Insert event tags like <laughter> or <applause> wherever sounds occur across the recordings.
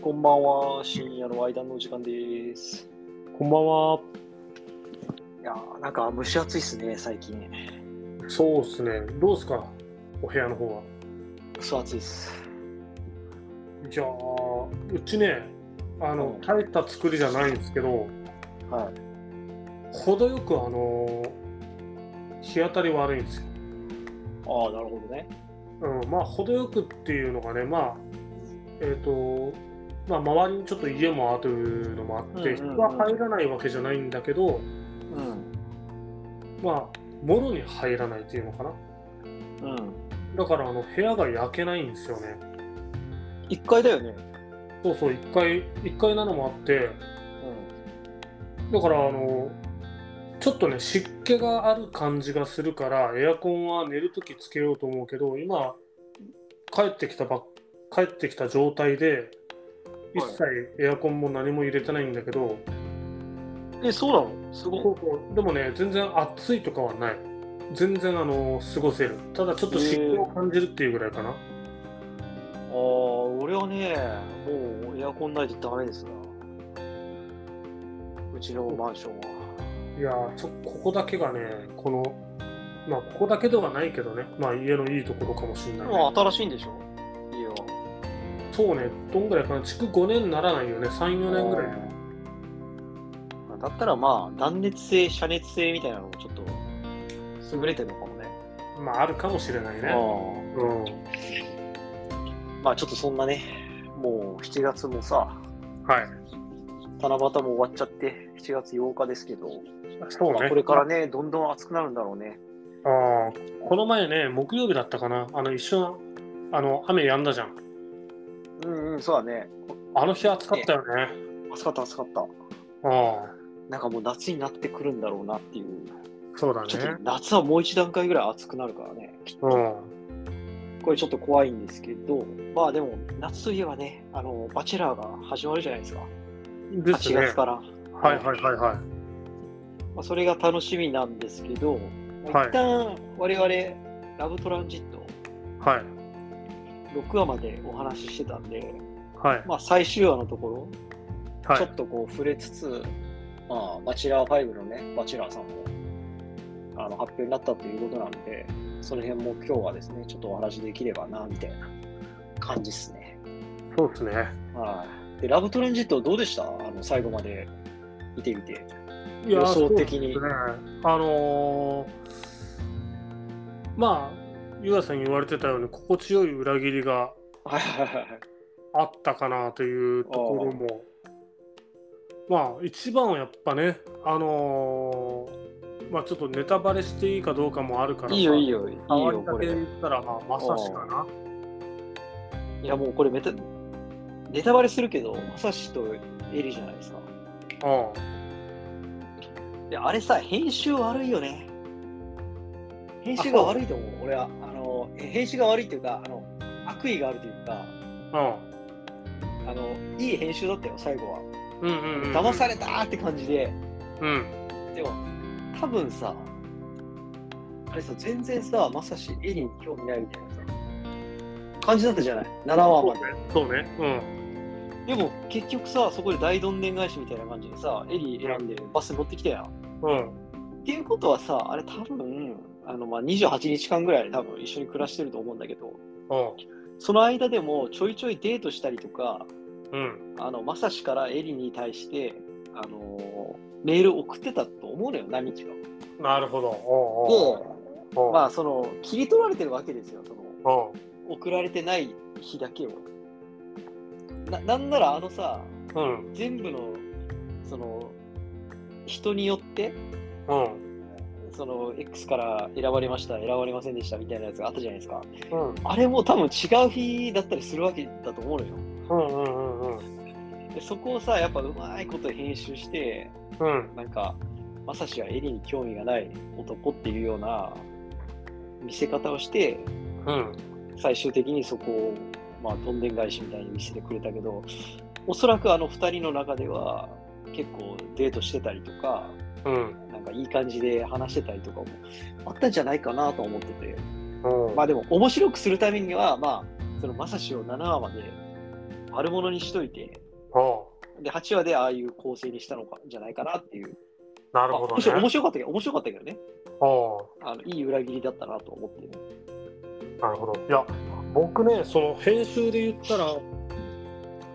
こんばんは、深夜の間のお時間です。こんばんは。いやーなんか蒸し暑いっすね、最近。そうっすね。どうっすかお部屋の方は。クソ暑いっす。じゃあ、うちね、あうのん、耐えた作りじゃないんですけど、は程よくあの、日当たり悪いんですよ。い。ああ、なるほどね。うん、まあ、程よくっていうのがね、まあ、えっ、と、まあ、周りにちょっと家もあるのもあって、うんうんうん人が入らないわけじゃないんだけど、うん。まあ、もろに入らないっていうのかな。うん。だから、あの、部屋が焼けないんですよね。一階だよね。そうそう、1階、1階なのもあって、うだからあのちょっとね湿気がある感じがするからエアコンは寝るときつけようと思うけど今帰ってきたばっ帰ってきた状態で一切エアコンも何も入れてないんだけど、ん。え、そうなのすごい。そうそうでもね全然暑いとかはない全然あの過ごせるただちょっと湿気を感じるっていうぐらいかな、ああ、俺はね、もうエアコンないとダメですな。うちのマンションは。いやーちょここだけがねこのまあここだけではないけどねまあ家のいいところかもしれない、ね、まあ、新しいんでしょ家は。そうね、どんぐらいかな、築5年にならないよね、3、4年ぐらい。まあだったらまあ、断熱性、遮熱性みたいなのもちょっと優れてるのかもね。まあ、あるかもしれないね。あうん。あまあちょっとそんなね、もう7月もさ、はい。七夕も終わっちゃって、7月8日ですけど、そうまあ、ね。これからね、どんどん暑くなるんだろうね。あーこの前ね、木曜日だったかな、あの、一瞬、あの、雨止んだじゃん。うんうん、そうだね。あの日暑かったよね。暑かった暑かった。ああ、なんかもう夏になってくるんだろうなっていう。そうだちょっねと。夏はもう一段階ぐらい暑くなるからね。きっとうん。これちょっと怖いんですけど、まあでも夏といえばね、あの、バチェラーが始まるじゃないですか。です8月ね。はから。いはいはいはい。まあ、それが楽しみなんですけど、まあはい一旦我々、ラブトランジットはい。 6話までお話ししてたんで、はい。まあ、最終話のところ、はちょいっ。とこう触れつつ、まあ、バチェラー5のね、バチェラーさんもあの発表になったということなんで、その辺も今日はですね、ちょっとお話できればな、みたいな感じですね。そうですね。はい。で、ラブトランジットどうでしたあの、最後まで見てみて。いや予想的にそうですね、あのーまあ、ゆうやさんに言われてたように、心地よい裏切りがはいはいはいはい。あったかなというところもまあ一番はやっぱねあのーまあちょっとネタバレしていいかどうかもあるからさいいよいいよ、いい触よ、りだこけれ。言ったらまあまさしかないやもうこれメタ、ネタバレするけど、まさしとエリじゃないですか。うんいや、あれさ、編集悪いよね。編集が悪いと思う、俺は。あの、え編集が悪いというか、あの、悪意があるというか、うんあの、いい編集だったよ、最後は。うんうんうん騙されたーって感じで。うんでも、多分さ、あれさ、全然さ、まさし、絵に興味ないみたいなさ、感じだったじゃない ?7 話まで。そうねうんでも、結局さ、そこで大どんでん返しみたいな感じでさ、エリ選んでバス乗ってきたやん。うんっていうことはさ、あれ多分、あのまあ28日間ぐらい多分一緒に暮らしてると思うんだけど、その間でもちょいちょいデートしたりとか、うんうんあの、まさしからエリに対して、あのーメール送ってたと思うのよ、何日か。なるほどおうおうおうまあ、その、切り取られてるわけですよ、その、うん送られてない日だけを。な、なんならあのさ、うん全部の、その、人によって、うんその、X から選ばれました、選ばれませんでしたみたいなやつがあったじゃないですか。うんあれも多分違う日だったりするわけだと思うのよ。うんうんうんでそこをさ、やっぱうまいこと編集して、うんなんか、まさしはエリに興味がない男っていうような見せ方をして、うん最終的にそこを、まあ、どんでん返しみたいに見せてくれたけど、おそらくあの二人の中では、結構デートしてたりとか、うんなんかいい感じで話してたりとかもあったんじゃないかなと思ってて。うんまあでも面白くするためにはまあそのまさしを7話まで悪者にしといて、ああで、8話でああいう構成にしたのかじゃないかなっていう。なあるほどむしろ面ね白かったけど、面白かったけどね。あああのいい裏切りだったなと思ってね。なるほど。いや、僕ね、その編集で言ったら、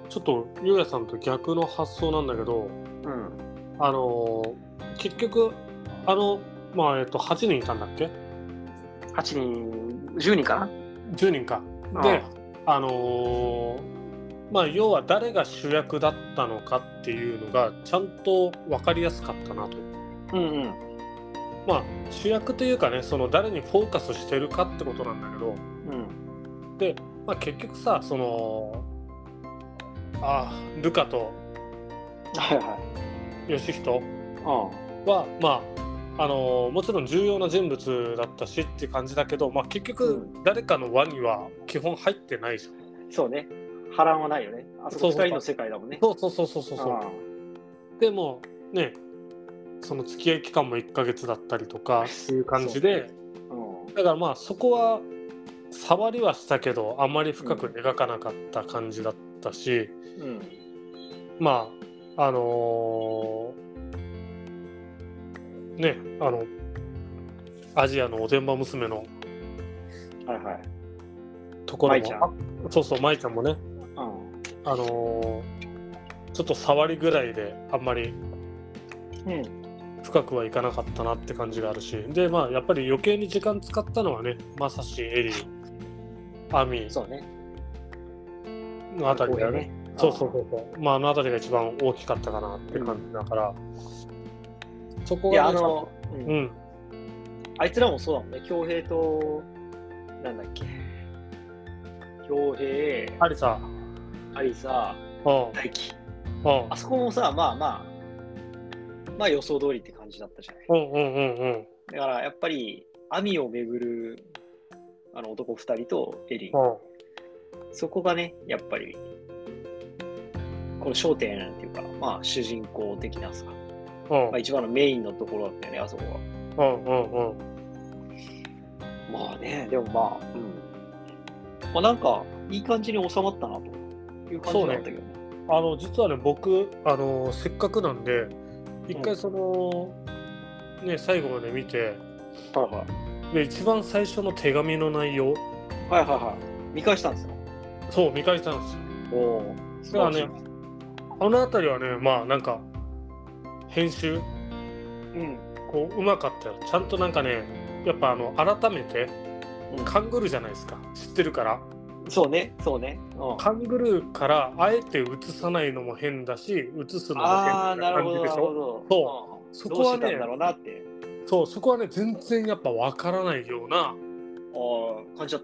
ちょっとゆうやさんと逆の発想なんだけど、うん。あのー結局、あの、まあ、えっと、8人いたんだっけ8人、10人かな ?10 人か。で、あのーまあ、要は誰が主役だったのかっていうのが、ちゃんと分かりやすかったなと。うんうん。まあ、主役というかね、その誰にフォーカスしてるかってことなんだけど、うん。まあ、結局さ、その、ああ、ルカとはいはい。義人あはまああのーもちろん重要な人物だったしって感じだけど、まあ、結局誰かの輪には基本入ってないじゃん。そうね。波乱はないよね。あそこそう2そうそう人の世界だもんね。そうそうそうそうそうそう。でもねその付き合い期間も1ヶ月だったりとかっていう感じでうん。だからまあそこは触りはしたけどあんまり深く描かなかった感じだったし、うん。まああのーねあのアジアのおてんば娘のはいはい。ところ舞ちゃもあそうそう舞ちゃんもねうあのーちょっと触りぐらいであんまりん。うん。深くはいかなかったなって感じがあるしでまあやっぱり余計に時間使ったのはねまさしエリーアミそうね。のあたりだよね。そうそううそ。うそうまああのあたりが一番大きかったかなって感じだから、そこいや、があね、の、うんうんあいつらもそうだもんね。恭平と、なんだっけ。恭平、ありさアリサ、うん大輝。うんあそこもさ、まあまあ、まあ予想通りって感じだったじゃない。うんうんうんうんだからやっぱり、アミをめぐるあの男2人とエリンう、んそこがね、やっぱり、この焦点っていうか、まあ主人公的なさ、まうんあ、一番のメインのところだったよね、あそこは。うんうんうんまあね、でもまあ、うん。まあなんか、いい感じに収まったなという感じだったけどね。あの実はね僕あのせっかくなんで一回その、ね最後まで見てはいはい。で一番最初の手紙の内は容いはいはい。見返したんですよ。そう見返したんですよおお。だからねあの辺りはねまあなんか編集うん。こううまかったよちゃんとなんかねやっぱあの改めてうんカングルーじゃないですか知ってるからそうね、そうね。うん、カングルーからあえて映さないのも変だし映すのもああ、変ななる感ほど、じでなしるほょど。そうんそどこうはしねてたんだろうなって。そうそこはね全然やっぱわからないようなああ、感じだっ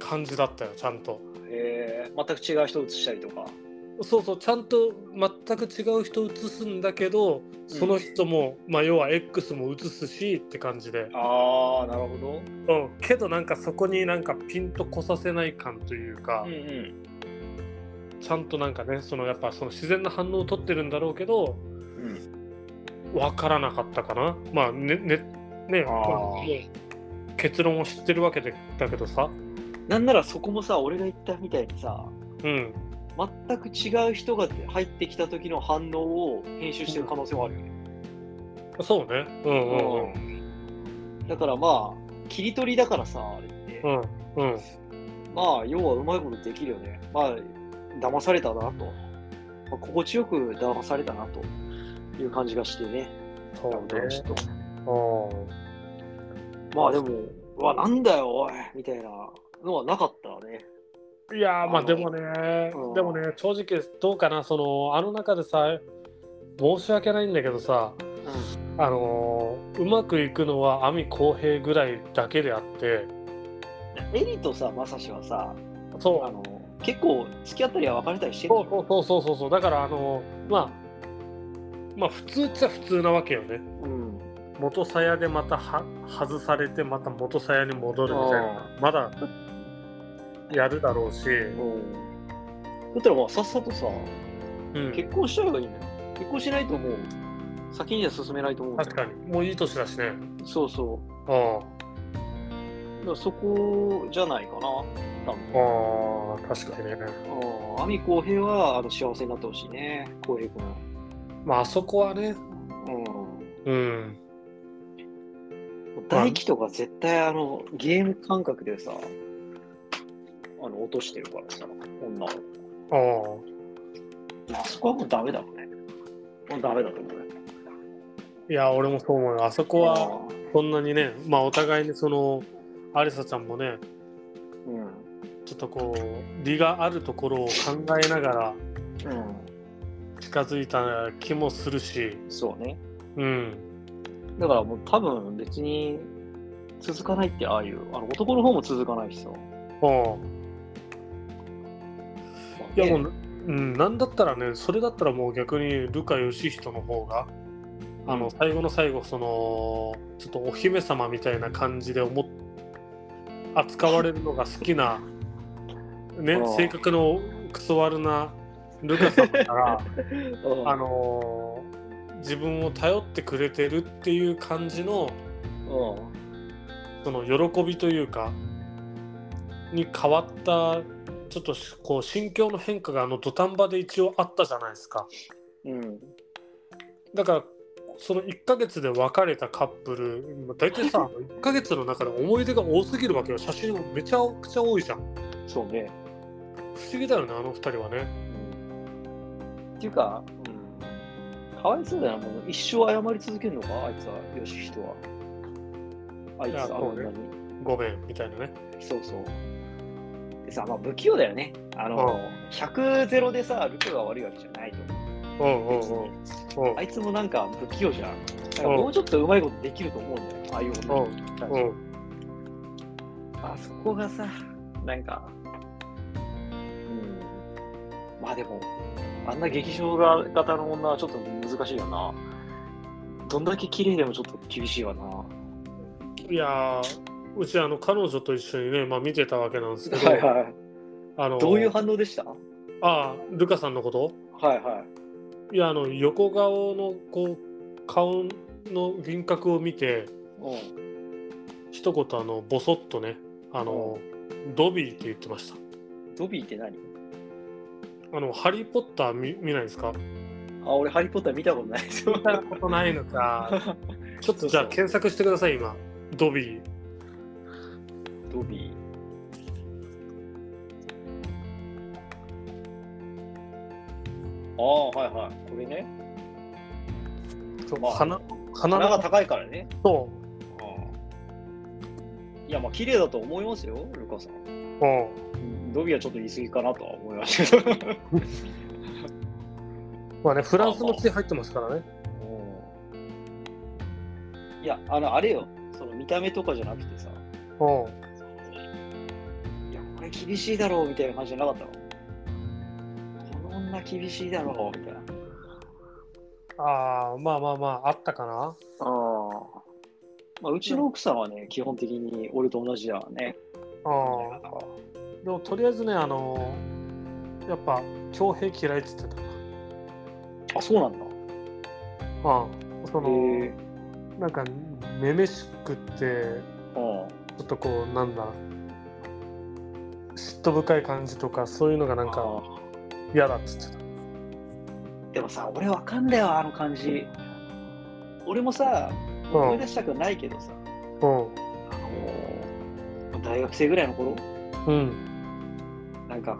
た。感じだったよちゃんとへえ、全く違う人映したりとか。そうそうちゃんと全く違う人写すんだけどその人も、まあ要は X も写すしって感じで、ああ、なるほど。うん、けどなんかそこになんかピンとこさせない感というか、うんうん。ちゃんとなんかねそのやっぱその自然な反応を取ってるんだろうけどうん、わからなかったかなまあねねねあーもう結論を知ってるわけでだけどさなんならそこもさ、俺が言ったみたいにさ、うん全く違う人が入ってきた時の反応を編集してる可能性はあるよね。そうねうんうんうんだからまあ、切り取りだからさ、あれって。うんうんまあ、要はうまいことできるよね。まあ、騙されたなと。まあ、心地よく騙されたなという感じがしてね。そうちょねっとうんまあでも、うわ、なんだよ、おいみたいなのはなかったね。いやーまああのでもね、うんでもね正直どうかなそのあの中でさ申し訳ないんだけどさあのーうまくいくのは網公平ぐらいだけであってエリとさ、まさしはさ、そうあの結構付き合ったりは別れたりしてるそうそうそうそうそうそうだからあのーまあまあ普通っちゃ普通なわけよねうん。元鞘でまたは外されてまた元鞘に戻るみたいなまだやるだろうし、うん。だったらまあ、さっさとさ、うん、結婚しちゃえばいいんだよ。結婚しないともう、先には進めないと思うんだよ確かにもういい年だしねそうそう。うんからそこじゃないかな、多分。ああ、確かにね。ああ、網公平はあの幸せになってほしいね、公平君。まあ、あそこはね、ううん。ん。大輝とか絶対あの、ゲーム感覚でさ、あの、落としてるからさ、女を。ああ、あそこはもうダメだろうね。もうダメだと思うね。いや、俺もそう思うよ。あそこは、そんなにね、まあ、お互いにその、アリサちゃんもね、うん。うん。ちょっとこう、利があるところを考えながら近づいた気もするし、そうね。うん。だからもう多分別に続かないって、ああいう、あの男の方も続かないしさ。ああいやもねう、うん、なんだったらね、それだったらもう逆にルカ・ヨシヒトの方が、あの最後の最後、そのちょっとお姫様みたいな感じで思っ扱われるのが好 <laughs> きな、ねああ、性格のクソ悪なルカ <laughs> 様から、うんあのー自分を頼ってくれてるっていう感じのうん。その喜びというかに変わったちょっとしこう心境の変化があの土壇場で一応あったじゃないですかうん。だからその1ヶ月で別れたカップルまあ大体 <laughs> さ1ヶ月の中で思い出が多すぎるわけよ写真もめちゃくちゃ多いじゃんそうね。不思議だよねあの2人はねっていうか、うん、かわいそうだよな、もう一生謝り続けるのか、あいつは、よし人は。あいついやは、あそうんねなに。ごめんみたいなねそうそう。でさ、まあ、不器用だよね。あの、100ゼロでさ、ルクが悪いわけじゃないと思う。うんうん別にうんあいつもなんか不器用じゃん。だからもうちょっとうまいことできると思うんだよ、ああいうこと。うんうんうんあそこがさ、なんか、うん。まあでも、あんな劇場型の女はちょっと難しいよな。どんだけ綺麗でもちょっと厳しいわな。いやーうちあの彼女と一緒にね、まあ、見てたわけなんですけど、はい。あのーどういう反応でしたはああルカさんのこといはい。いやあの横顔のこう顔の輪郭を見てうん。一言あのボソッとねあの、ドビーって言ってましたドビーって何あのハリー・ポッター見見ないですかあ、俺、ハリー・ポッター見たことないですよ。見たことないのか <laughs> ちょっとじゃあ検索してください今ドビー <laughs> ドビー。ああ、はいはい。これね。まあ鼻鼻鼻のが高いからね。と、うんいや、まあ、綺麗だと思いますよ、ルカさん。うん、ドビーはちょっと言い過ぎかなとは思いましたけど。まあねフランスの血入ってますからねいや、あの、あれよ、その見た目とかじゃなくてさ、うんいや、これ厳しいだろうみたいな感じじゃなかったのこの女厳しいだろうみたいな。ああまあまあまああったかなああ。まあ、うちの奥さんはね、基本的に俺と同じだわね。ああでもとりあえずねあのやっぱ強兵嫌いっつってたあ、そうなんだ。ああそのえ。なんかめめしくってうん。ちょっとこうなんだ嫉妬深い感じとかそういうのがなんあか嫌だっつってーたでもさ、俺わかんだよ、あの感じ。俺もさ、うん思い出したくないけどさ、うんあのー大学生ぐらいの頃、うんなんか、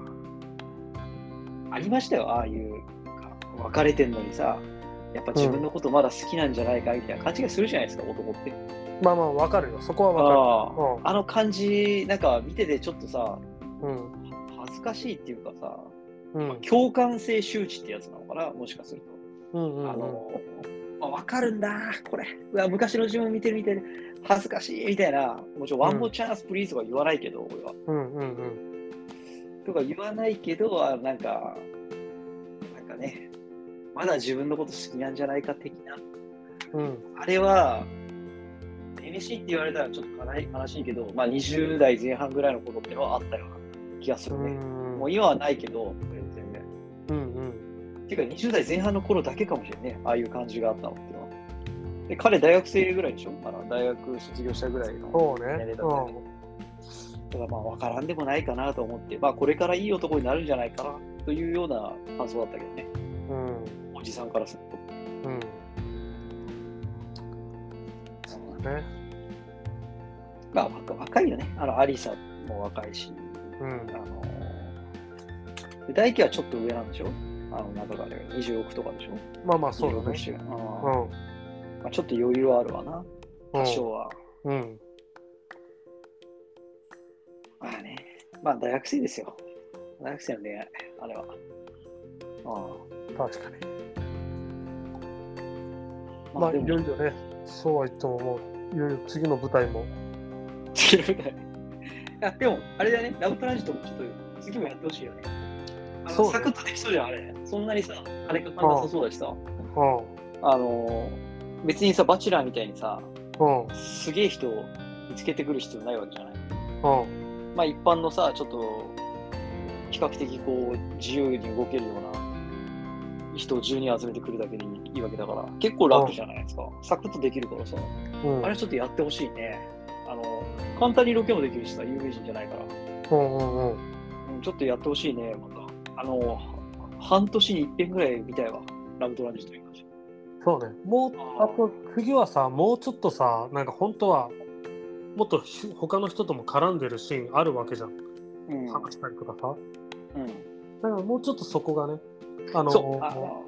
ありましたよ、ああいう、別れてんのにさ、やっぱ自分のことまだ好きなんじゃないかみたいな勘違いするじゃないですか、男って。まあまあわかるよそこはわあかあの感じ、なんか見ててちょっとさ、るうん恥ずかしいっていうかさ、うんうん共感性周知ってやつなのかな、もしかすると。うんうんあの、あわかるんだ、これ。うわ、昔の自分見てるみたいで、恥ずかしいみたいな、もちろん、ワンボチャンスプリーズとか言わないけど、俺は。うんうんうんとか言わないけど、あなんか、なんかね、まだ自分のこと好きなんじゃないか的な。うんあれは、NC って言われたらちょっと悲い悲しいけど、まあ20代前半ぐらいの頃ってのはあったような気がすうるね。んもう今はないけど、全然。うんうんていうか20代前半の頃だけかもしれんね、ああいう感じがあったのっていうのは。で彼、大学生ぐらいでしょまだ大学卒業したぐらいのそうね年齢だったよねうだからまあ分からんでもないかなと思って、まあ、これからいい男になるんじゃないかなというような感想だったけどね、うんおじさんからすると。うんそうだねまあ、若若いよね。あの、アリサも若いし、うんあので大輝はちょっと上なんでしょあの、中から26とかでしょまあまあそうだね26あーうんまあ、ちょっと余裕はあるわな、うん多少は。うんまあね、まあ大学生ですよ。大学生の恋愛、あれは。あ確かにあまあでいよも、いよねそうは言ってももういよいよ次の舞台も次の舞台。 <laughs> あでも、あれだね、ラブトランジットもちょっと次もやってほしいよね。あのそうねサクッとできそうじゃん、あれ。そんなにさ、あれかかんなさそうだしさ。うあのー別にさ、バチェラーみたいにさ、んうんすげえ人を見つけてくる必要ないわけじゃない。うんまあ一般のさ、ちょっと、比較的こう、自由に動けるような人を10人集めてくるだけでいいわけだから、結構楽じゃないですか。サクッとできるからさ、うんあれちょっとやってほしいね。あの、簡単にロケもできるしさ、有名人じゃないから。うんうんうんうんちょっとやってほしいね、また。あの、半年に一遍ぐらい見たいわ、ラブトランジットに関してそうねもうあーあと次はさもうちょっとさなんか本当はもっとひ他の人とも絡んでるシーンあるわけじゃんうん話したりとかさうんだからもうちょっとそこがねあそう。あの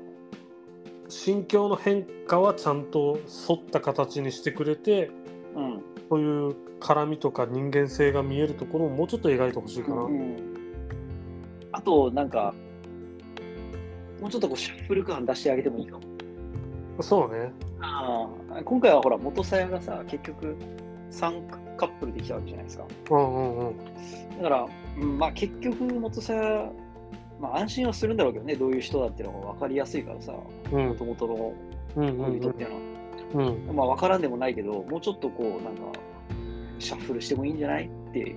心境の変化はちゃんと沿った形にしてくれてうん。そういう絡みとか人間性が見えるところをもうちょっと描いてほしいかな、あと、なんか、もうちょっとこうシャッフル感出してあげてもいいかも。そうね今回はほら、元さやがさ、結局、3カップルできたわけじゃないですか。うんうんうんだから、うんまあ結局、元さや、まあ安心はするんだろうけどね、どういう人だっていうのが分かりやすいからさ、うん元々のうんうん恋人っていうのは。うんまあ分からんでもないけど、もうちょっとこう、なんか、シャッフルしてもいいんじゃないって、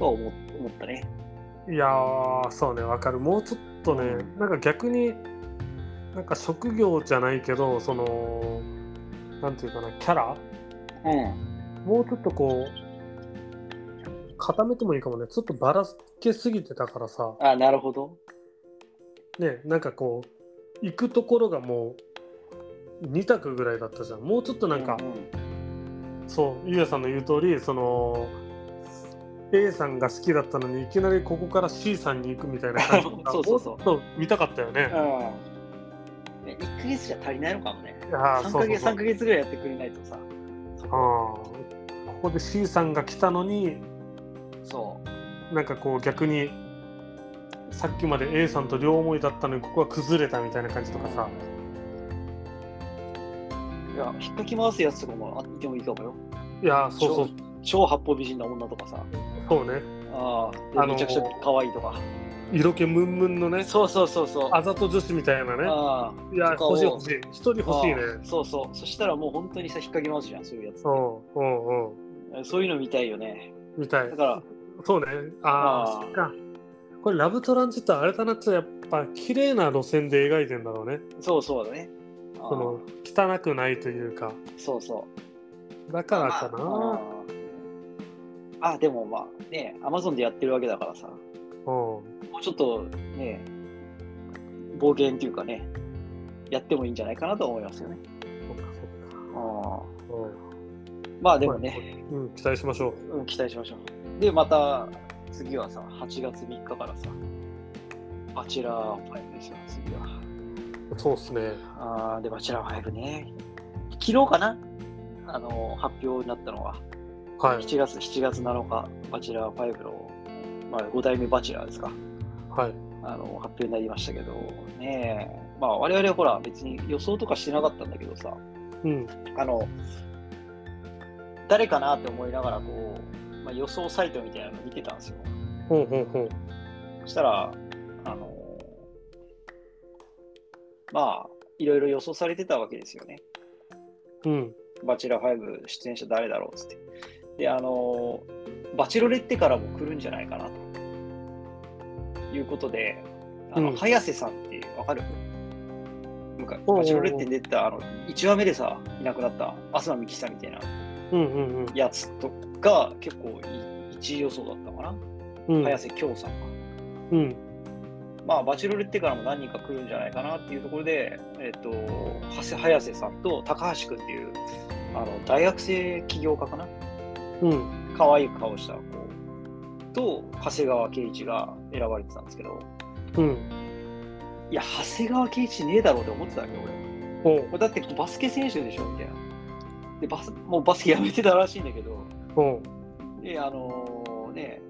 は思思ったね。うんいやーそうねわかるもうちょっとね、うんなんか逆になんか職業じゃないけどそのなんていうかなキャラうん。もうちょっとこう固めてもいいかもねちょっとばらけすぎてたからさあ、なるほど。ねなんかこう行くところがもう2択ぐらいだったじゃんもうちょっとなんか、うそうゆうやさんの言う通りその A さんが好きだったのにいきなりここから C さんに行くみたいな感じ <laughs> がそうそうそうもっと見たかったよね。うんね1ヶ月じゃ足りないのかもね。あー3そヶうそう月、そう三ヶ月ぐらいやってくれないとさ。あーここで C さんが来たのにそなんかこう逆にさっきまで A さんと両思いだったのにここは崩れたみたいな感じとかさう。いや、引っかき回すやつとかもあってもいいかもよ。いやーそうそう超八方美人な女とかさ。そうねあああ、のーめちゃくちゃ可愛いとか。色気ムンムンのねそうそうそうそう。あざと女子みたいなねあいやとかを欲しい欲しい一人あ欲しいねああそうそう。そしたらもう本当にさ、引っかき回すじゃん、そういうやつ。うんうんうんそういうの見たいよね。みたいだから、そうねあああーそっかこれラブトランジットあれだなってやっぱ綺麗な路線で描いてんだろうねそうそうだね。ああその汚くないというかそうそう。だからかな、あああ、でもまあ、ね、アマゾンでやってるわけだからさ。うんもうちょっとね、暴言っていうかね、やってもいいんじゃないかなと思いますよね。そっかそっかまあでもね、うん、うん、期待しましょううん期待しましょう。で、また次はさ、8月3日からさ、バチェラー5ですよ、次は。そうっすねあーで、バチェラー5ね。昨日かなあの、発表になったのは、はい7月、7月7日、バチェラー5の、まあ、5代目バチェラーですか。はいあの発表になりましたけど、ねえ、まあ、我々はほら、別に予想とかしてなかったんだけどさ、うんあの、誰かなって思いながら、こう、まあ、予想サイトみたいなの見てたんですよ。ほうほうほうそしたら、あの、まあ、いろいろ予想されてたわけですよね。うんバチェラー5出演者誰だろうっつって。で、あの、バチェロレッテからも来るんじゃないかなと。いうことで、あの、うん早瀬さんってわかる昔、おうおうおうバチェロレッテに出てた、あの、1話目でさ、いなくなった、東美樹さんみたいなうんうんうんやつとか、結構いい1位予想だったかな、うん早瀬京さんが。うんまあ、バチェロレッテからも何人か来るんじゃないかなっていうところで、えっと長谷早瀬さんと高橋君っていうあの大学生起業家かなうん可愛い顔した子と長谷川圭一が選ばれてたんですけどうんいや長谷川圭一ねえだろうって思ってたんだけどおう俺だってバスケ選手でしょみたいなでバスもうバスケやめてたらしいんだけどおうであのね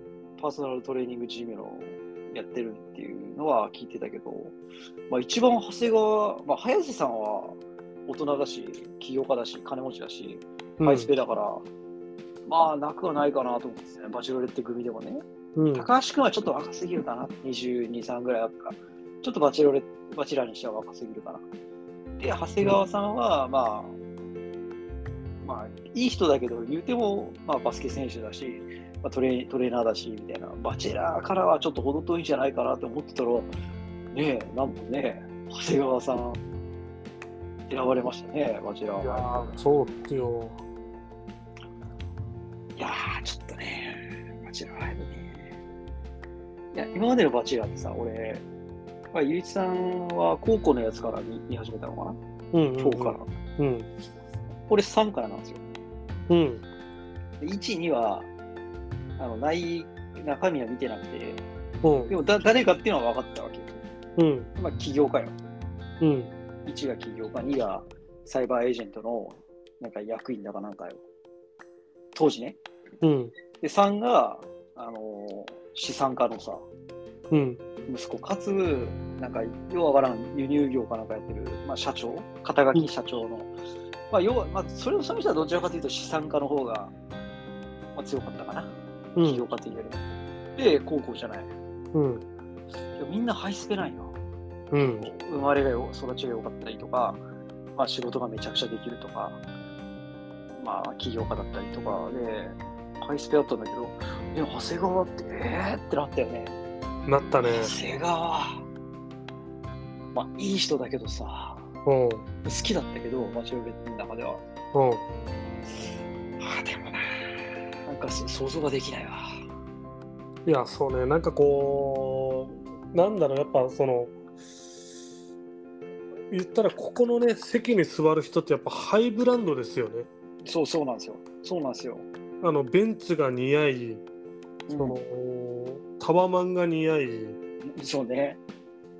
パーソナルトレーニングチームのやってるっていうのは聞いてたけど、まあ、一番長谷川、まあ、早瀬さんは大人だし起業家だし金持ちだしうんハイスペだから、まあなくはないかなと思うんですねバチェロレッテ組でもねうん高橋君はちょっと若すぎるかな、22、3ぐらいあったから、ちょっとバチェロレバチェラーにしては若すぎるかな。で、長谷川さんは、まあ、まあ、いい人だけど、言うても、まあ、バスケ選手だし、まあ、トレトレーナーだし、みたいな、バチェラーからはちょっと程遠いんじゃないかなと思ってたら、ねえ、なんとね、長谷川さん、選ばれましたね、バチェラいやー。ーそうよいやー、ちょっとね、バチェラーライブね。いや、今までのバチェラーってさ、俺、まあ、ゆういちさんは高校のやつから見見始めたのかなうんうん今日から。うん俺3からなんですよ。うんで1、2は、あの、内、中身は見てなくて、うんでもだ誰かっていうのは分かったわけよ。うんまあ、起業家よ。うん1が起業家、2がサイバーエージェントの、なんか役員だかなんかよ。当時ね。うんで、3が、あのー資産家のさ、うん息子かつ、なんか、ようわからん輸入業かなんかやってる、まあ、社長、肩書き社長の、まあ、要は、まあ、それをその人はどちらかというと資産家の方が、まあ、強かったかな、う企業ん家というよりも。で、高校じゃない。うんでもみんなハイスペないな。うん生まれがよ、育ちが良かったりとか、まあ、仕事がめちゃくちゃできるとか、まあ、起業家だったりとかで、ハイスペだったんだけど、でも長谷川って、えーってなったよね。なったね長谷川まあいい人だけどさおう好きだったけどバチェロレッテの中ではおうああでもななんかそ想像ができないわいやそうねなんかこうなんだろうやっぱその言ったらここのね席に座る人ってやっぱハイブランドですよねそうそうなんですよそうなんですよ、あのベンツが似合いうそんの、タワマンが似合いそうね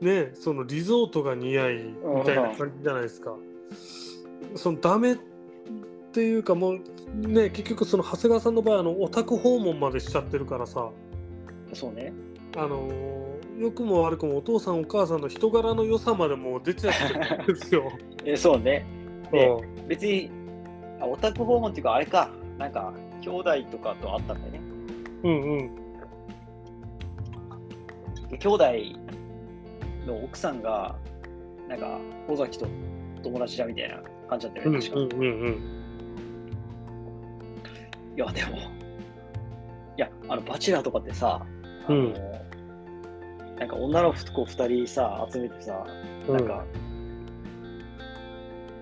ねそのリゾートが似合いみたいな感じじゃないですか。そのダメっていうかもうね結局その長谷川さんの場合あのオタク訪問までしちゃってるからさそうねあのー良くも悪くもお父さんお母さんの人柄の良さまでもう出ちゃってるんですよ。えそう <laughs> ねうん別にあオタク訪問っていうかあれかなんか兄弟とかと会ったんだよねうんうんで兄弟の奥さんがなんか尾崎と友達だみたいな感じだったうよんね確か、うんうんいや、でも、いや、あの、バチェラーとかってさ、あのうんなんか女の子2人さ、集めてさ、うんなんか、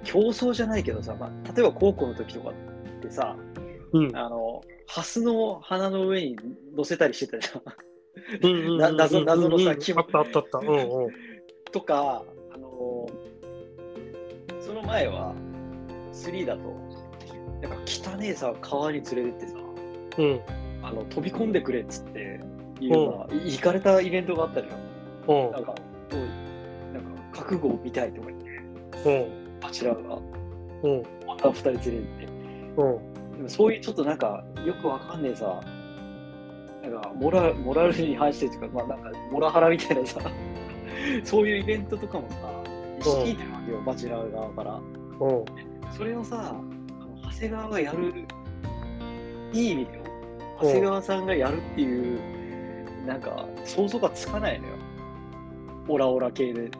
競争じゃないけどさ、まあ、例えば高校の時とかってさ、うんあの、ハスの花の上に乗せたりしてたじゃん。 <laughs> うんうんな謎謎のさうんうん気あ分ったあったあったうんうんとか、あの、その前は、3だと、なんか汚ねえさ、川に連れてってさ、うんあの飛び込んでくれっつっていうような、い行かれたイベントがあったりよ。うんなんか、もう、なんか、覚悟を見たいとか言って、うんバチェラーがうん女二人連れてって。うんでもそういうちょっとなんか、よくわかんねえさ、なんかモラ、モラルに反してとか、まあなんか、モラハラみたいなさ、そういうイベントとかもさ、意識いたわけよ、バチェラー側から。うんそれをさ、あの長谷川がやる、いい意味でよ、長谷川さんがやるっていう、なんか、想像がつかないのよ。オラオラ系で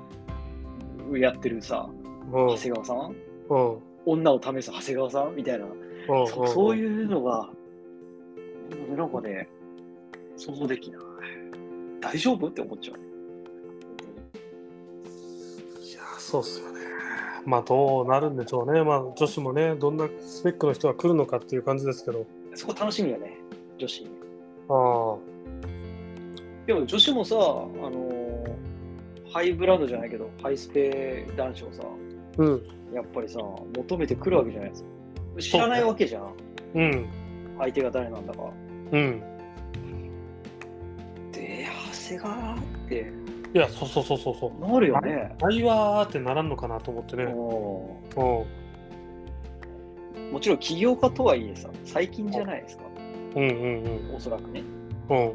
やってるさ、うん長谷川さんうんうん女を試す長谷川さんみたいな、うんそそういうのが、なんかね、想像できない。大丈夫って思っちゃう。いやそうっすよね。まあどうなるんでしょうね。まあ女子もね、どんなスペックの人が来るのかっていう感じですけど。そこ楽しみよね、女子。あでも女子もさ、あのーハイブランドじゃないけど、ハイスペ男子をさ、あ。うん。やっぱりさ、求めてくるわけじゃないですか。知らないわけじゃん、うん。相手が誰なんだか。うん。で、長谷川っていや、そうそうそうそうそう。なるよね。会話ってならんのかなと思ってね。うん。うんもちろん起業家とはいえさ、最近じゃないですか、うんうんおそらくね。うん。うん。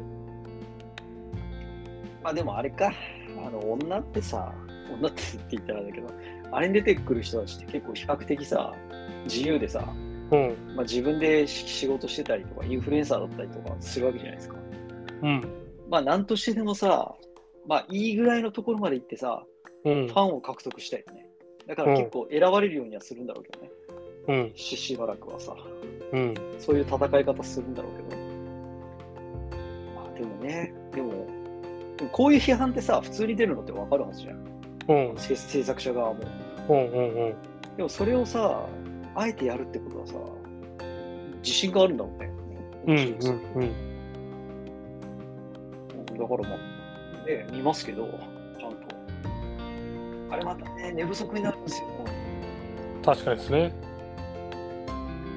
まあでもあれか、あの女ってさ、女ってって言ったらあれだけど、あれに出てくる人たちって結構比較的さ、自由でさ、うん。まあ、自分でし仕事してたりとか、インフルエンサーだったりとかするわけじゃないですか。うん。まあなんとしてでもさ、まあいいぐらいのところまで行ってさ、うんファンを獲得したいよね。だから結構選ばれるようにはするんだろうけどね、うん。ししばらくはさ。うん。そういう戦い方するんだろうけど。まあでもね、でも、でもこういう批判ってさ、普通に出るのってわかるはずじゃん。うん。制制作者側も。うん。うん。でもそれをさ、あえてやるってことはさ、自信があるんだもんね。うん。うん。うん。だからまあ、ね、見ますけど、ちゃんと。あれまたね、寝不足になるんですよ。確かにですね。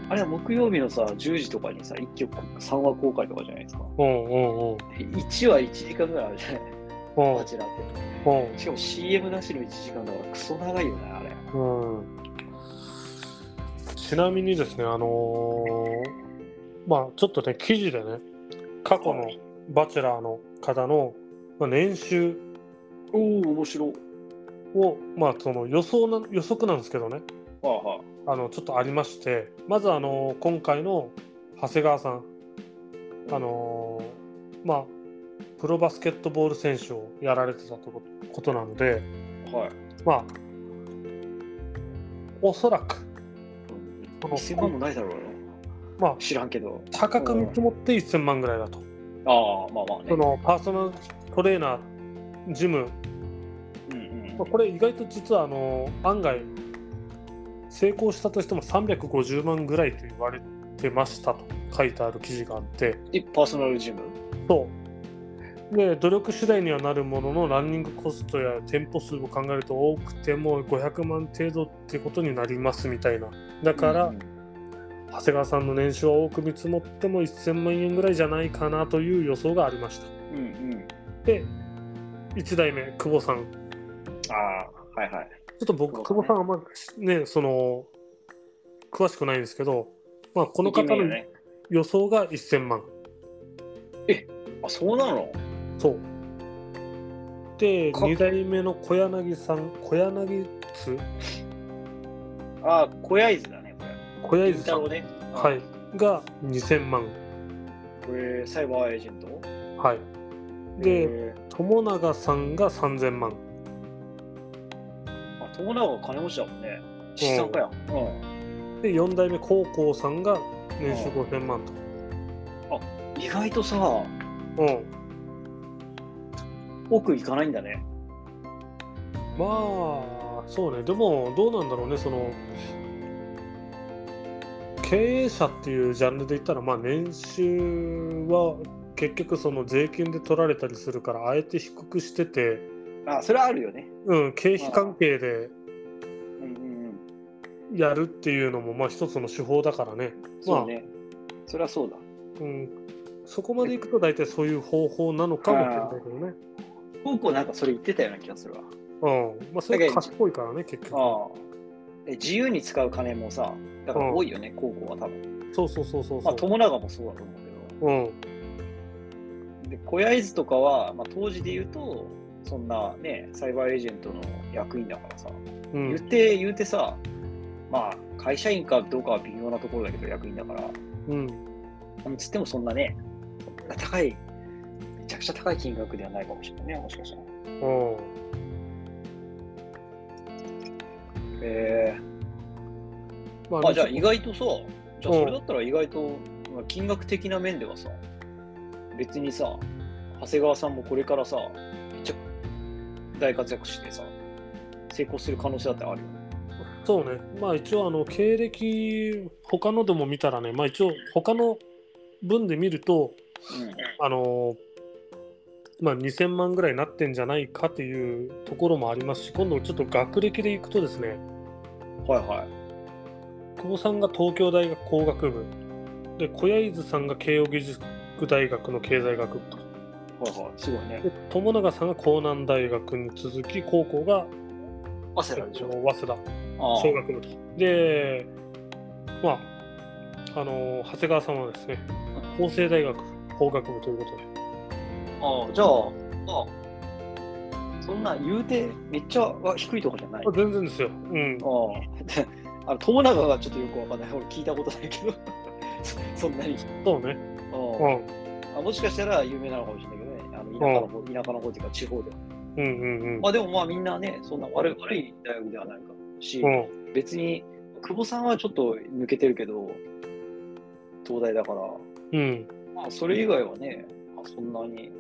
あれは木曜日のさ、10時とかにさ、1曲、3話公開とかじゃないですか。うん。うん。うん。 1話1時間ぐらいあるじゃない、うんバ。チェラーって。うん。しかも CM なしの1時間だからクソ長いよね、あれ。うんちなみにですね、あのーまあちょっとね、記事でね、過去のバチェラーの方のまあ年収おお、面白い。を、まあその予想な予測なんですけどね、はいはい。あのちょっとありまして、まず、あのー今回の長谷川さん、あのーまあ、プロバスケットボール選手をやられてたということなので、はい。まあ、おそらく、この1000万もないだろうよ。まあ、知らんけど。高く見積もって1000万ぐらいだと。ああ、まあまあね。そのパーソナルトレーナー、ジム、うんうんまあこれ意外と実はあの案外成功したとしても350万ぐらいと言われてましたと書いてある記事があって、えパーソナルジムそうで努力次第にはなるもののランニングコストや店舗数を考えると多くても500万程度ってことになりますみたいな。だから、うん長谷川さんの年収は多く見積もっても1000万円ぐらいじゃないかなという予想がありました。うんうん。で1代目久保さんああ、はいはい。ちょっと僕、久保久保ささんん、あんまね、その、詳しくないんですけど、まあ、この方イケメンよのね。予想が1000万。あ、そうなのそう。で、か2代目の小柳さん、小柳津ああ、小柳津だね、こ小れ。柳銀津さ太ん、郎ね。はあい。、が2000万。これ、サイバーエージェントはい。で、え友永さんが3000万。ーあ、友永金持ちだもんね。資産家やん。うん。で、4代目高校さんが年収5000万と。意外とさ、うん。奥行かないんだね。まあ、そうね。でも、どうなんだろうね、その、経営者っていうジャンルで言ったら、まあ、年収は結局その税金で取られたりするからあえて低くしてて、あ、それはあるよね。うん、経費関係でうんうんうん。やるっていうのもまあ一つの手法だからね、そうね。それはそうだ。うん、そこまでいくと大体そういう方法なのかもしれないけどね、高校なんかそれ言ってたような気がするわ。うんまあ、それが賢いからね結局ああ。え自由に使う金もさ、だから多いよね、高校は多分。そうそうそうそうまあ、そう、友永もそうだと思うけうんど、で小柳津とかは、まあ、当時で言うと、そんなね、サイバーエージェントの役員だからさ、う言んって、言うてさ、まあ、会社員かどうかは微妙なところだけど、役員だから、うんうんつってもそんなね、高い、めちゃくちゃ高い金額ではないかもしれないね、もしかしたら。うんえーまあじゃあ意外とさ、じゃあうんそれだったら意外と、まあ金額的な面ではさ、別にさ、長谷川さんもこれからさ、めっちゃ大活躍してさ、成功する可能性だってあるよね。そうね、まあ一応あの経歴、他のでも見たらね、まあ一応他の分で見ると、あのまあ、2000万ぐらいになってんじゃないかというところもありますし今度ちょっと学歴でいくとですねうん。はいはい。久保さんが東京大学工学部で小柳津さんが慶應義塾大学の経済学部とはいはい。すごいね。で友永さんが江南大学に続き高校が焦えらっでとしょ。早稲田ああ。小学部と。で、まあ、あの長谷川さんはですね、法政大学法学部ということで、ああ、じゃあ、ああそんな言うて、めっちゃは低いとこじゃない。まあ全然ですよ。うん。ああ。あ <laughs> の友永がちょっとよくわかんない。俺聞いたことないけど。 <laughs> そそんなに。そうね。あうああもしかしたら有名なのかもしれないけどね。あの田舎の方、田舎の方っていうか地方では。ん。うんうんうん。まあでもまあみんなね、そんな悪い悪い大学ではないかもし、うん、別に久保さんはちょっと抜けてるけど、東大だから、うん、まあそれ以外はね、まあ、そんなに、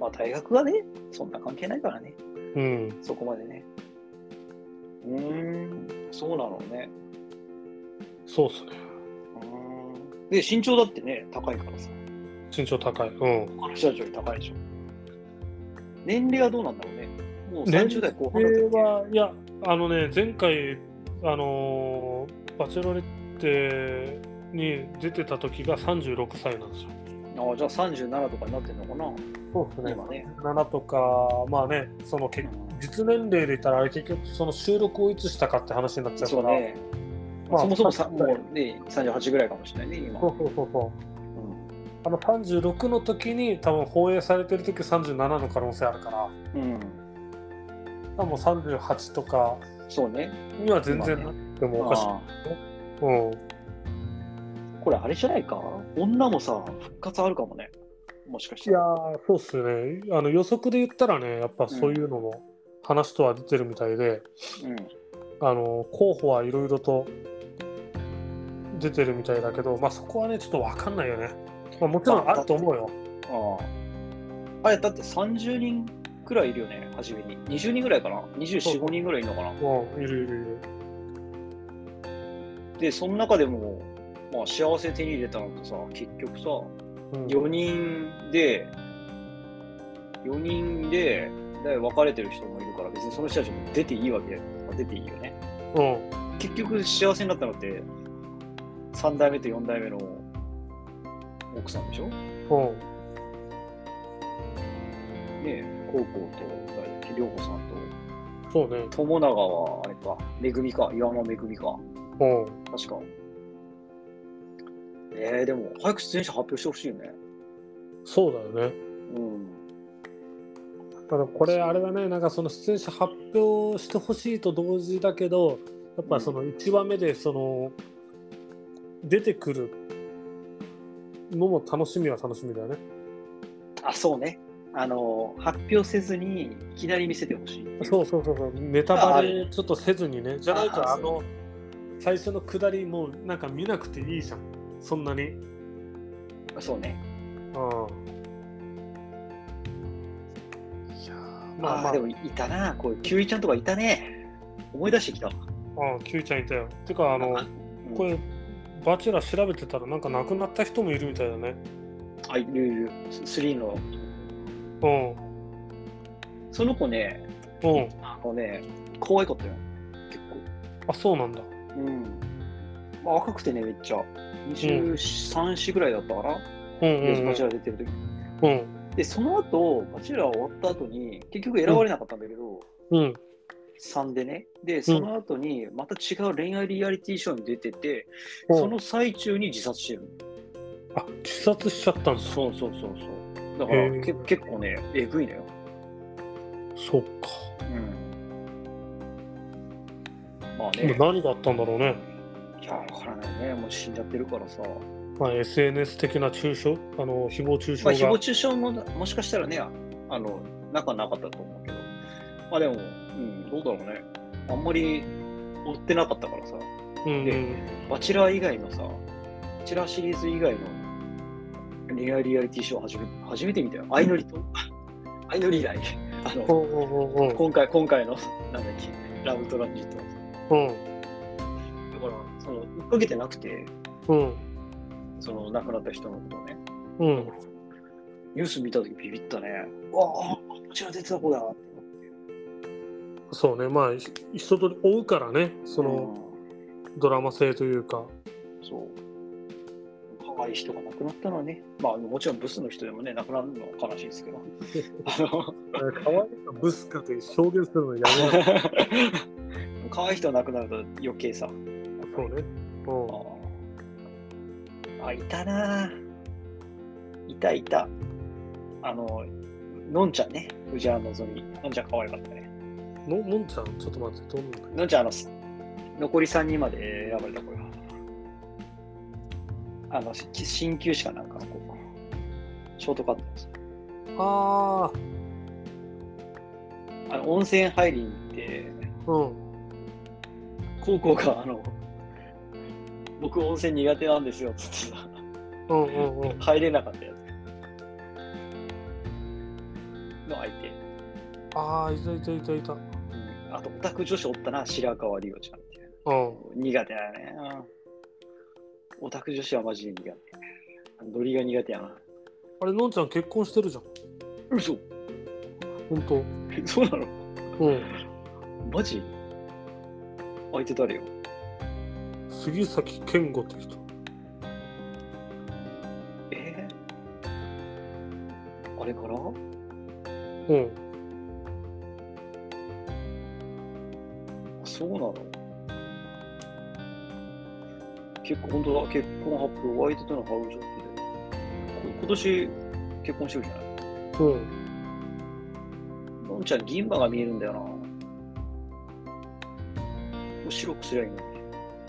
まあ大学はね、そんな関係ないからね、うん。そこまでね。うーん、そうなのね。そうっすね。うーんで、身長だってね、高いからさ、身長高い。うん。他の人たちより高いでしょ。年齢はどうなんだろうね。もう年30代後こ半だれったっけは、いや、あのね、前回、あのーバチェロレッテに出てた時が36歳なんですよ。ああじゃあ37とかになってんのかそうですな、今ね。 7とか、まあね、その結実年齢で言ったらあれ結局その収録をいつしたかって話になっちゃうかそうらね。まあそもそもさ確もかにう、ね、38ぐらいかもしれないね、今。そうそうそうそうあの36の時に多分放映されてる時37の可能性あるからうん、多分38とかそうね。には全然なくてもおかしあくない、あこれ、あれじゃないか女もさ、復活あるかもね。もしかしうん、いたやら。ーそうっすねあの予測で言ったらねやっぱそういうのも話とは出てるみたいで、うん、あの候補はいろいろと出てるみたいだけど、まあ、そこはねちょっと分かんないよね、まあ、もちろんあると思うよ、あああれ、だって30人くらいいるよね、初めに。20人ぐらいかな ?24、5人ぐらいいるのかなうん、いるいるいる。で、その中でも、まあ、幸せ手に入れたのってさ、結局さ、うん4人で、4人で、で別れてる人もいるから、別にその人たちも出ていいわけだよ。出ていいよね。うん、結局幸せになったのって3代目と4代目の奥さんでしょねうん、え高校と誰だっけ涼子さんそうね。と友永はあれかめぐみか岩間めぐみかうん、確かえー、でも早く出演者発表してほしいよねそうだよね。うんただこれあれだね、なんかその出演者発表してほしいと同時だけど、やっぱその1話目でその出てくるのも楽しみは楽しみだよね。あそうねあの発表せずにいきなり見せてほしいそうそうそうそう、ネタバあレちょっとせずにね。じゃないとああの最初の下りもうなんか見なくていいじゃん。そんなに。うん。そうねいやーまあ、でもいたなこういうキュウイちゃんとかいたね思い出してきたわああ、キュウちゃんいたよ。てか、あの、うんこれ、バチェラー調べてたら、なんか亡くなった人もいるみたいだね。あいるいる3のうん。その子ねうん。あのね、可愛かったよ、結あ、そうなんだ。構。うん。まあ、若くてね、めっちゃ。23歳ぐらいだったかな、うんうでん、うバんチェラー出てる時うん。で、その後、バチェラー終わった後に、結局選ばれなかったんだけど、うん。 3でね。で、その後に、また違う恋愛リアリティショーに出てて、その最中に自殺してるあ、自殺しちゃったの。んだ。そうそうそうそう。だから、へえけ結構ね、えぐいのよ。そっか。うん。まあでね、も何があったんだろうね。いや、わからないね。もう死んじゃってるからさ。まあ、SNS 的な中傷あの、誹謗中傷まが。あ、誹謗中傷ももしかしたらね、ああの、仲なかったと思うけど、まあでも、うん、どうだろうね。あんまり追ってなかったからさ、うんうん。バチェラー以外のさ、バチェラーシリーズ以外の恋愛リアリティショー初め初めて見たよ。相乗りと、 <laughs> 相乗り以来、あうの、んうんうん今回、今回の、なんだっけ、ラブトランジット。だかうん。ら、その、追っかけてなくて、うん。その、亡くなった人のことをね。うん。ニュース見たときビビったね。うわあ、こっちが出てた子だってそうねまあひ一通り追うからねそのうドラマ性というか、んそう。可愛い人が亡くなったのはね、まあ、もちろんブスの人でもね、亡くなるのは悲しいですけど。 <laughs> あ <laughs> のえー可愛いかブスかという表現するのやめな <laughs> 可愛い人が亡くなると余計さ。そうねうんあいたなあいたいた。あの、のんちゃんね、藤原のぞみ。のんちゃん可愛かったね。ののんちゃんちょっと待ってどんなのんちゃん、あの、す残り3人まで選ばれた子よ。あの、し鍼灸師かなんかの子。ショートカットです。ああの、温泉入りに行って、あうん高校が、あの、僕温泉苦手なんですよ、つってさうんうんうん入れなかったやつ。の相手。ああいたいたいたいたうんあと、オタク女子おったな、白川りおちゃんっていう。苦手だね。うんオタク女子はマジで苦手。ノリが苦手やな。あれのんちゃん結婚してるじゃん嘘 <laughs> 本そうなの当うんマジ相手誰よ杉崎健吾って人えー、あれかなうんそうなの結構、本当だ、結婚発表、お相手とのハウジョットで。こ今年、結婚してるじゃないうんのんちゃん、銀歯が見えるんだよな。もう白くすりゃいいのに。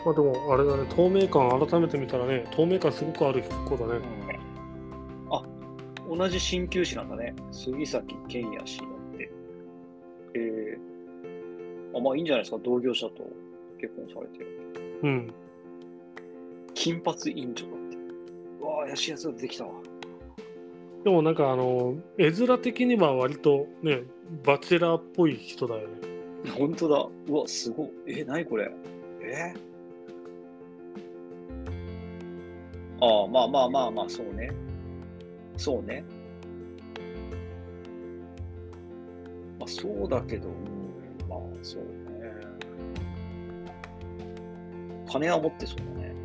まあでもあれだね透明感改めて見たらね透明感すごくある子だねあ同じ鍼灸師なんだね。杉崎健也氏だって。えー、あまあいいんじゃないですか、同業者と結婚されて。うん金髪院長だって。うわあ、怪しいやつが出てきたわ。でもなんかあの絵面的には割とねバチェラーっぽい人だよね本当だ。うわ、すごい。えー、何これ。えー、ああ、まあまあまあまあ、そうね。そうね。まあ、そうだけど、うん、まあ、そうね。金は持ってそうだね。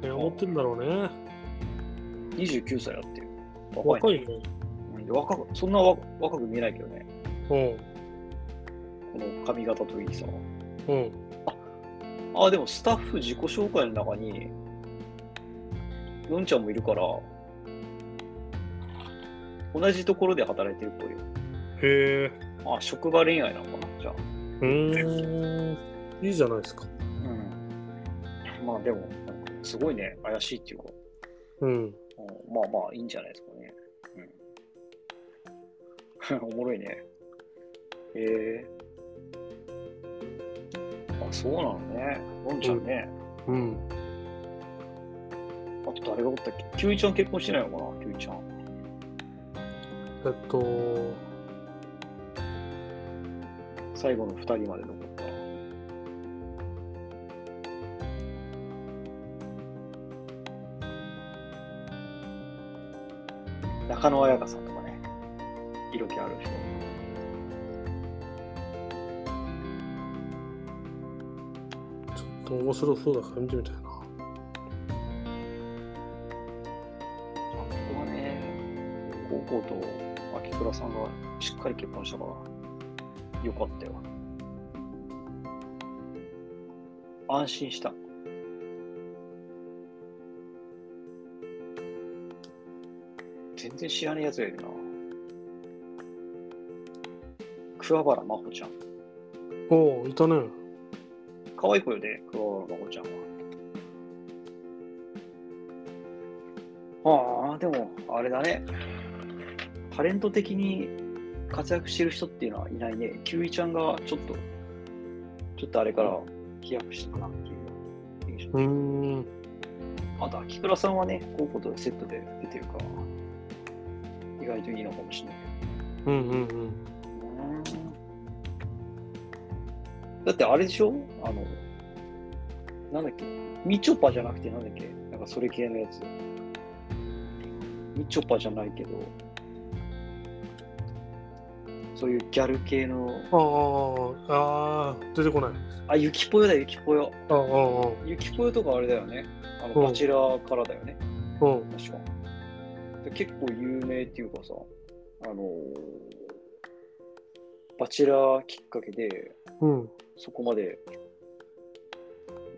金を持ってるんだろうね29歳だってよ。若いいねね。うんで若く、そんな若若く見えないけどね。うこの髪型といいさ。んうんあ、でもスタッフ自己紹介の中に、のんちゃんもいるから、同じところで働いてるっぽいへえよ。あ、職場恋愛なのかな、じゃあ。うーんいいじゃないですかうん。まあでも、なんかすごいね、怪しいっていうか、うんうんまあまあいいんじゃないですかね。うん。 <laughs> おもろいね。へえあ、そうなのね。のんちゃんね。うんあと誰がおったっけキュウイちゃん結婚してないのかな、キュウイちゃん。えっと最後の2人まで残った。中野彩香さんとかね、色気ある人。ちょっと面白そうだから見てみたいなここはね、高校と秋倉さんがしっかり結婚したから、よかったよ。安心した。全然知らねえやつがいるな。桑原真帆ちゃん。おおいたね可愛い子よね、桑原真帆ちゃんは。ああ、でも、あれだね。タレント的に活躍してる人っていうのはいないね。キュウイちゃんがちょっと、ちょっとあれから飛躍したかなっていう印象。うーんあと、秋倉さんはね、高校とセットで出てるから、意外といいのかもしれないうんうんうんけど。だってあれでしょあの、なんだっけみちょぱじゃなくてなんだっけなんかそれ系のやつ。みちょぱじゃないけど、そういうギャル系の、ああ、ああ、出てこない。あ、ゆきぽよだ、ゆきぽよ。ああ、あゆきぽよとかあれだよね。あの、うんバチェラーからだよね。あ、うん。確か。で結構有名っていうかさ、あのーバチェラーきっかけで、うん。そこまで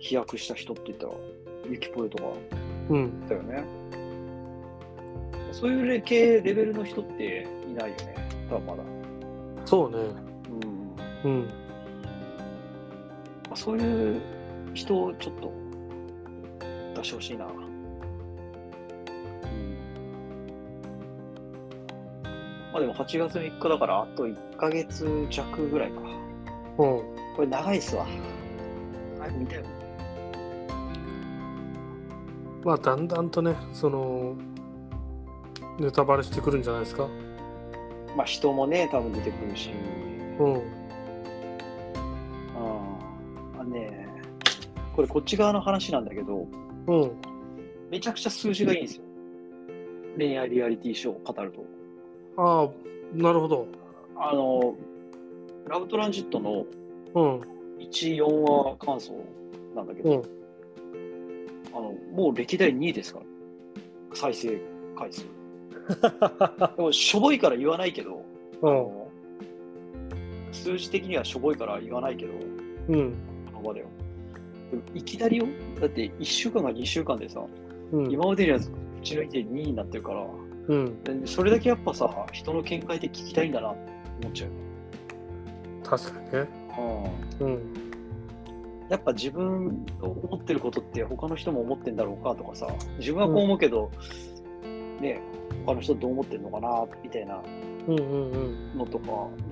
飛躍した人って言ったら、ゆきぽよとかうん。だよね。そういう系レベルの人っていないよね、多分まだ。そうね。うんうん。まあそういう人をちょっと出してほしいな。まあでも8月3日だからあと1ヶ月弱ぐらいか。うん。これ長いっすわ。早く見たいもん。まあ、だんだんとね、その、ネタバレしてくるんじゃないですか。まあ人もね、多分出てくるし。うん。ああねこれこっち側の話なんだけど、うん。めちゃくちゃ数字がいいんですよ。恋愛リアリティショーを語ると。ああ、なるほど。あの、ラブトランジットのうん。 14話感想なんだけど、うんあのもう歴代2位ですから再生回 <laughs> 数でもしょぼいから言わないけど、うあん。の数字的にはしょぼいから言わないけどうん。この場でよでもいきなりよだって1週間か2週間でさ、うん。今までのやつうちの意見2位になってるからうん。でそれだけやっぱさ人の見解で聞きたいんだなって思っちゃう確かにね。よね、うん。やっぱ自分の思ってることって他の人も思ってんだろうかとかさ自分はこう思うけど、ね他の人どう思ってるのかなみたいなうんうんうん。のとか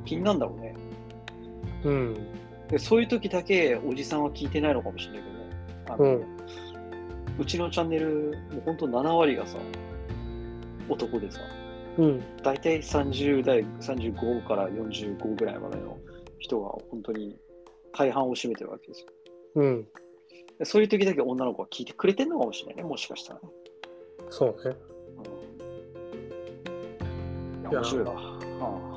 気になるんだろうねうん。でそういう時だけおじさんは聞いてないのかもしれないけどあの、ううんちのチャンネルもうほんと7割がさ男でさうん。大体30代35から45ぐらいまでの人が本当に大半を占めてるわけですようん。でそういう時だけ女の子は聞いてくれてるのかもしれないねもしかしたらねそうね。うんいやいや面白いわ。は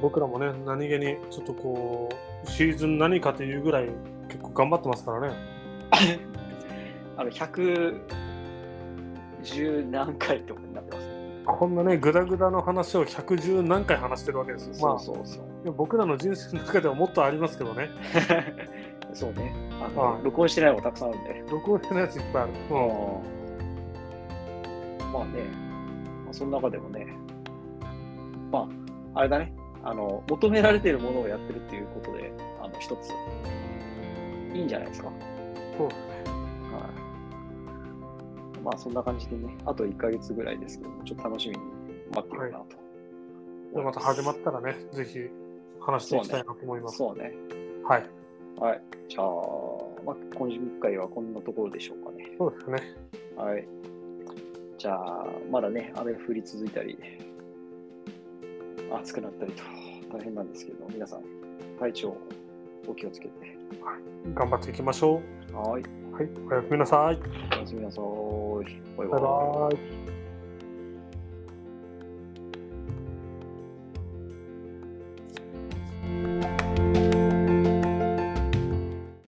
僕らもね、何気に、ちょっとこう、シーズン何かというぐらい、結構頑張ってますからね。ああの110何回とかになってます、ね。こんなね、グダグダの話を110何回話してるわけですよ。まあ、そうそうそう。でも僕らの人生の中ではもっとありますけどね。そうね。あの、はい録音してないのがたくさんあるんで。録音してないやついっぱいある。まあね、まあ、その中でもね、まあ、あれだね。あの、求められてるものをやってるっていうことで、あの、一つ、いいんじゃないですか。そうはい。まあそんな感じでね、あと1ヶ月ぐらいですけど、ちょっと楽しみに待ってるなと。でまた始まったらね、ぜひ話していきたいなと思います。そうね。はい。はい。じゃあ、まあ、今回はこんなところでしょうかね。そうですね。はい。じゃあ、まだね、雨降り続いたり、暑くなったりと大変なんですけど、皆さん、体調お気をつけて。頑張っていきましょはい。う。はい。おやすみなさい。おやすみなさーい。バイバイバイ。